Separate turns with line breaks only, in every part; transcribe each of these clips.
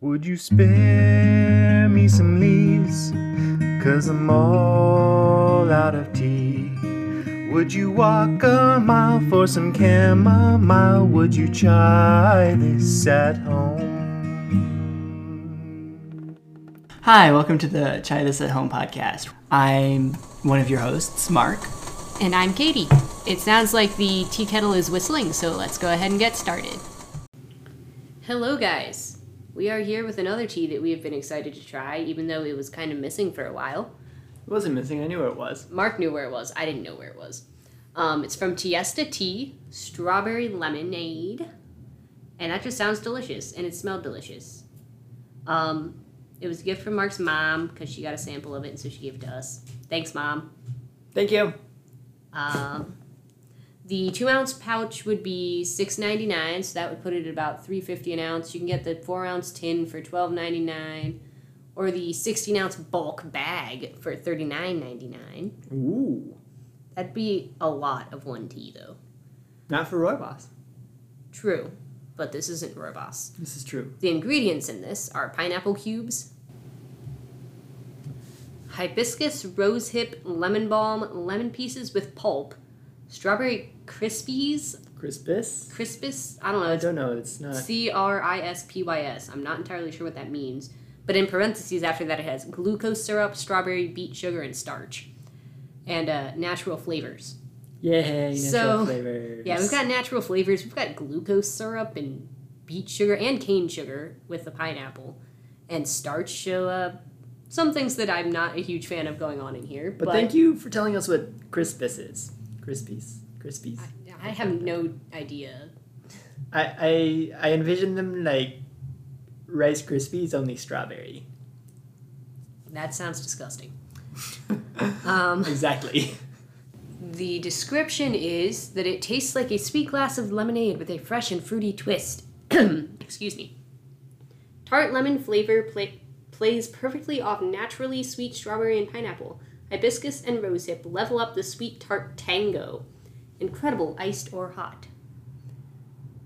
Would you spare me some leaves? Cause I'm all out of tea. Would you walk a mile for some chamomile? Would you try this at home?
Hi, welcome to the Try This at Home podcast. I'm one of your hosts, Mark.
And I'm Katie. It sounds like the tea kettle is whistling, so let's go ahead and get started. Hello, guys. We are here with another tea that we have been excited to try, even though it was kind of missing for a while.
It wasn't missing, I knew it was.
Mark knew where it was. I didn't know where it was. Um, it's from Tiesta Tea, strawberry lemonade, and that just sounds delicious, and it smelled delicious. Um, it was a gift from Mark's mom because she got a sample of it, and so she gave it to us. Thanks, mom.
Thank you.
Um, the two ounce pouch would be six ninety nine, so that would put it at about three fifty an ounce. You can get the four ounce tin for twelve ninety nine, or the sixteen ounce bulk bag for thirty nine ninety nine.
Ooh.
That'd be a lot of one tea though.
Not for Roybos.
True, but this isn't Robos.
This is true.
The ingredients in this are pineapple cubes, hibiscus, rosehip, lemon balm, lemon pieces with pulp, strawberry crispies,
Crispus?
crispus. I don't know.
I
It's
don't know, it's not.
C R I S P Y S. I'm not entirely sure what that means, but in parentheses after that it has glucose syrup, strawberry, beet sugar, and starch, and uh, natural flavors.
Yay, natural
So-
flavors.
Yeah, we've got natural flavors. We've got glucose syrup and beet sugar and cane sugar with the pineapple, and starch show up. Some things that I'm not a huge fan of going on in here,
But, thank you for telling us what Crispus is. Crispies. Crispies.
I have no idea.
I, I, I envision them like Rice Krispies, only strawberry.
That sounds disgusting. um,
Exactly.
The description is that it tastes like a sweet glass of lemonade with a fresh and fruity twist. Excuse me. Tart lemon flavor pla plays perfectly off naturally sweet strawberry and pineapple. Hibiscus and rosehip level up the sweet tart tango. Incredible, iced or hot.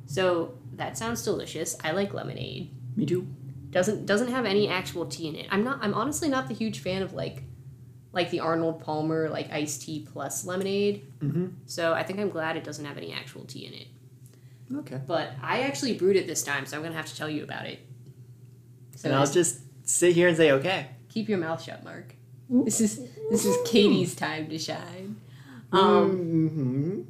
So that sounds delicious. I like lemonade
Me too.
doesn't doesn't have any actual tea in it. I'm not I'm honestly not the huge fan of like like the Arnold Palmer like iced tea plus lemonade.
Mhm.
So I think I'm glad it doesn't have any actual tea in it.
Okay.
But I actually brewed it this time, so I'm gonna have to tell you about it. So
and I'll
just
just sit here and say, okay.
keep your mouth shut, Mark. This is this is Katie's time to shine.
Mm.
Um,
Mm-hmm.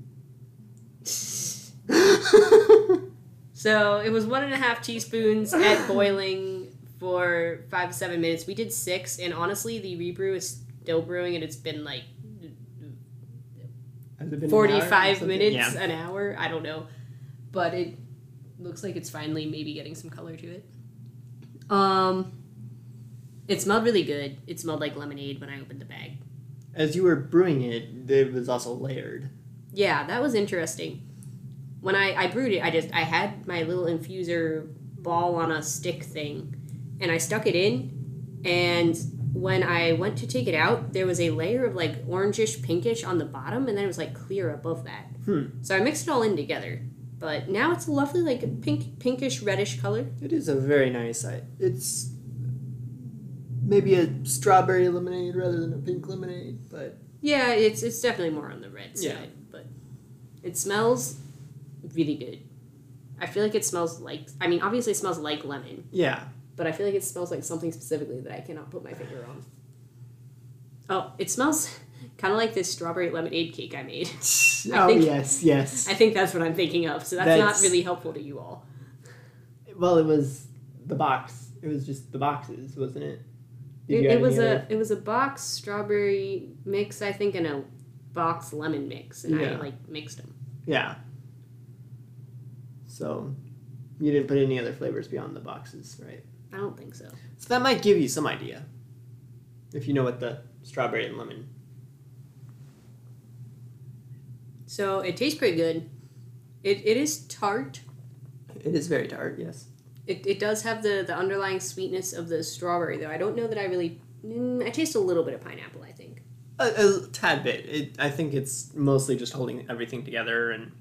So it was one and a half teaspoons at boiling for five to seven minutes. We did six, and honestly, the rebrew is still brewing, and it's been like
Has it been an hour or
45
something?
minutes,
Yeah.
an hour. I don't know. But it looks like it's finally maybe getting some color to it. Um, it smelled really good. It smelled like lemonade when I opened the bag.
As you were brewing it, it was also layered.
Yeah, that was interesting. When I, I brewed it, I just I had my little infuser ball on a stick thing and I stuck it in and when I went to take it out, there was a layer of like orangish pinkish on the bottom and then it was like clear above that.
Hmm.
So I mixed it all in together. But now it's a lovely like pink pinkish reddish color.
It is a very nice sight. It's maybe a strawberry lemonade rather than a pink lemonade, but
Yeah, it's it's definitely more on the red side,
Yeah.
but it smells really good. I feel like it smells like I mean obviously it smells like lemon.
yeah.
but I feel like it smells like something specifically that I cannot put my finger on. Oh, it smells kind of like this strawberry lemonade cake I made.
oh
think-
yes, yes.
I think that's what I'm thinking of, so that's,
That's-
not really helpful to you all.
well, it was the box. It was just the boxes, wasn't it? Did
It,
you
it
add
was
any
a
other-
it was a box strawberry mix, I think, and a box lemon mix, and I
Yeah.
like mixed them.
yeah. So you didn't put any other flavors beyond the boxes, right?
I don't think so.
So that might give you some idea if you know what the strawberry and lemon
So it tastes pretty good. It, it is tart.
It is very tart, yes.
It, it does have the, the underlying sweetness of the strawberry though. I don't know that I really. Mm, I taste a little bit of pineapple. I think.
A, a tad bit. It, I think it's mostly just holding everything together and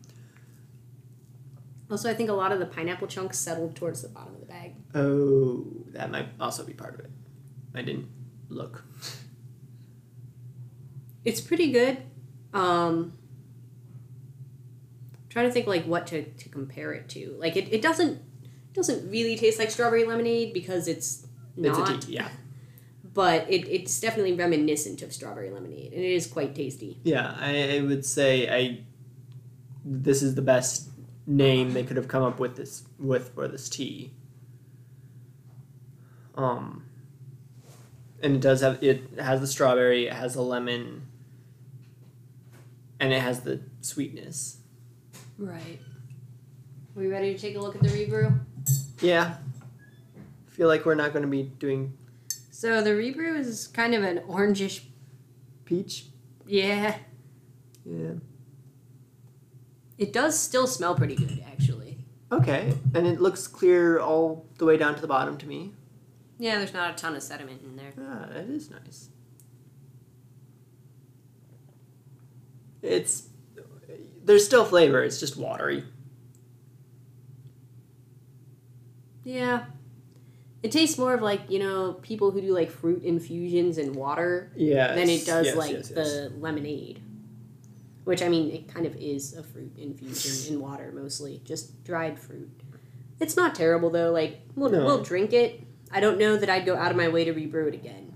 Also, I think a lot of the pineapple chunks settled towards the bottom of the bag.
Oh, that might also be part of it. I didn't look.
It's pretty good. Um, trying to think like what to, to compare it to. Like it, it doesn't doesn't really taste like strawberry lemonade because it's not,
It's a tea. Yeah.
but it, it's definitely reminiscent of strawberry lemonade, and it is quite tasty.
Yeah, I, I would say I. This is the best name they could have come up with this with for this tea. Um. And it does have it has the strawberry, it has the lemon, and it has the sweetness.
Right. Are we ready to take a look at the rebrew?
Yeah. Feel like we're not going to be doing
So the rebrew is kind of an orangish,
peach.
yeah.
Yeah.
It does still smell pretty good, actually.
Okay, and it looks clear all the way down to the bottom to me.
Yeah, there's not a ton of sediment in there.
Ah, that is nice. It's there's still flavor. It's just watery.
Yeah. It tastes more of like, you know, people who do like fruit infusions and water
Yeah.
than it does like the lemonade. Which I mean, it kind of is a fruit infusion in water mostly, just dried fruit. It's not terrible though. Like we'll,
No.
we'll drink it. I don't know that I'd go out of my way to rebrew it again.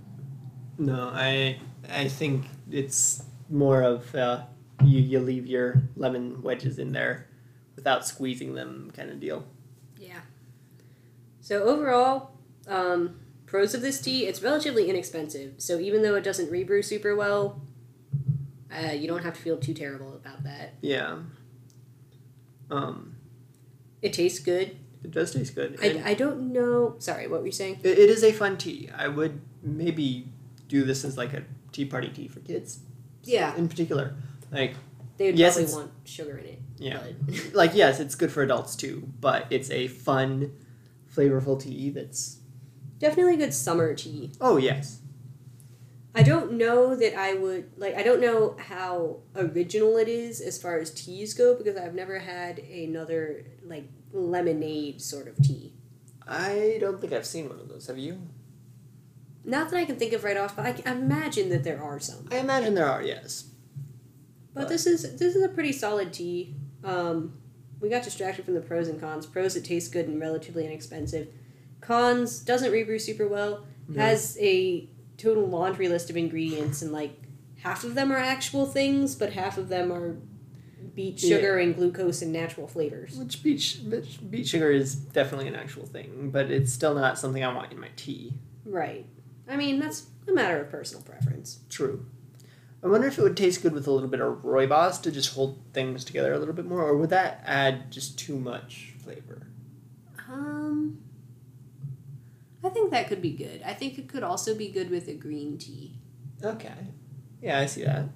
No, I I think it's more of uh, you you leave your lemon wedges in there without squeezing them kind of deal.
Yeah. So overall, um, pros of this tea, it's relatively inexpensive. So even though it doesn't rebrew super well, uh, you don't have to feel too terrible about that.
Yeah. Um,
It tastes good.
it does taste good. and-
I, I don't know. Sorry, what were you saying?
It, it is a fun tea. I would maybe do this as like a tea party tea for kids
Yeah,
in particular. Like,
they would
Yes,
probably
it's-
want sugar in it.
yeah,
but-
like yes, it's good for adults too, but it's a fun, flavorful tea. That's
definitely good summer tea.
oh yes,
I don't know that I would like. I don't know how original it is as far as teas go because I've never had another like lemonade sort of tea.
I don't think I've seen one of those. Have you?
Not that I can think of right off, but I can imagine that there are some.
I imagine there are. Yes.
But this is this is a pretty solid tea. Um, we got distracted from the pros and cons. Pros, it tastes good and relatively inexpensive. Cons, doesn't rebrew super well.
No.
Has a total laundry list of ingredients, and like half of them are actual things, but half of them are beet
Yeah.
sugar and glucose and natural flavors.
Which beet, beet, beet sugar is definitely an actual thing, but it's still not something I want in my tea.
Right. I mean, that's a matter of personal preference.
True. I wonder if it would taste good with a little bit of rooibos to just hold things together a little bit more, or would that add just too much flavor?
Um, I think that could be good. I think it could also be good with a green tea,
Okay. Yeah, I see that.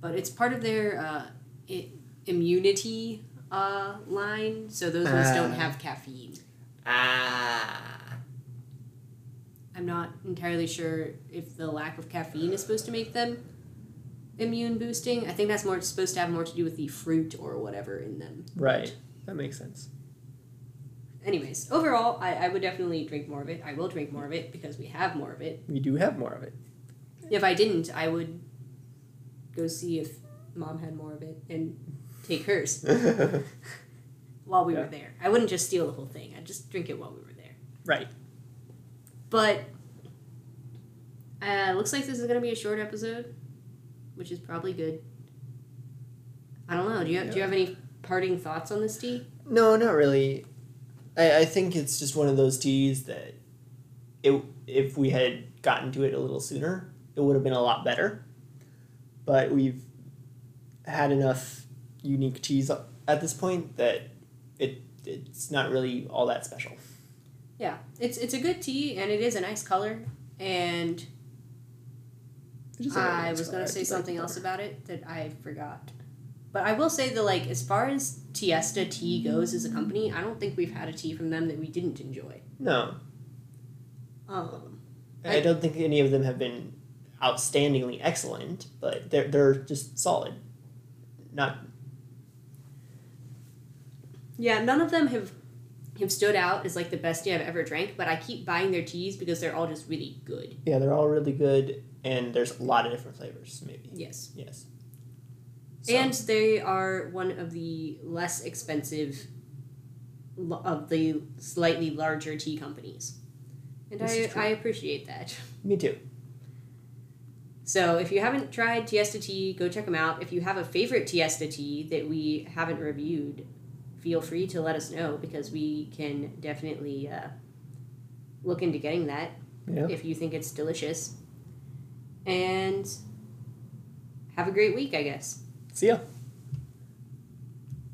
but it's part of their uh, i- immunity uh, line, so those ones don't
Ah.
have caffeine.
Ah.
I'm not entirely sure if the lack of caffeine is supposed to make them immune boosting. I think that's more supposed to have more to do with the fruit or whatever in them.
Right. That makes sense.
Anyways, overall, I, I would definitely drink more of it. I will drink more of it because we have more of it.
We do have more of it.
If I didn't, I would go see if mom had more of it and take hers while we
Yeah.
were there. I wouldn't just steal the whole thing. I'd just drink it while we were there.
right.
But uh, looks like this is going to be a short episode, which is probably good. I don't know. Do you do you
Yeah.
have any parting thoughts on this tea?
No, not really. I, I think it's just one of those teas that it, if we had gotten to it a little sooner, it would have been a lot better. But we've had enough unique teas at this point that it it's not really all that special.
Yeah, it's it's a good tea and it is a nice color. And I was going to say something else about it that I forgot. But I will say that, like, as far as Tiesta Tea goes as a company, I don't think we've had a tea from them that we didn't enjoy.
No,
Um,
I,
I-
don't think any of them have been outstandingly excellent, but they're they're just solid. Not
Yeah, none of them have have stood out as like the best tea I've ever drank, but I keep buying their teas because they're all just really good.
Yeah, they're all really good, and there's a lot of different flavors. Maybe
Yes.
yes. So-
And they are one of the less expensive l- of the slightly larger tea companies. And
This
I,
is true.
I appreciate that.
me too.
So if you haven't tried Tiesta Tea, go check them out. If you have a favorite Tiesta Tea that we haven't reviewed, feel free to let us know because we can definitely uh, look into getting that
Yeah.
if you think it's delicious. And have a great week, I guess.
See ya.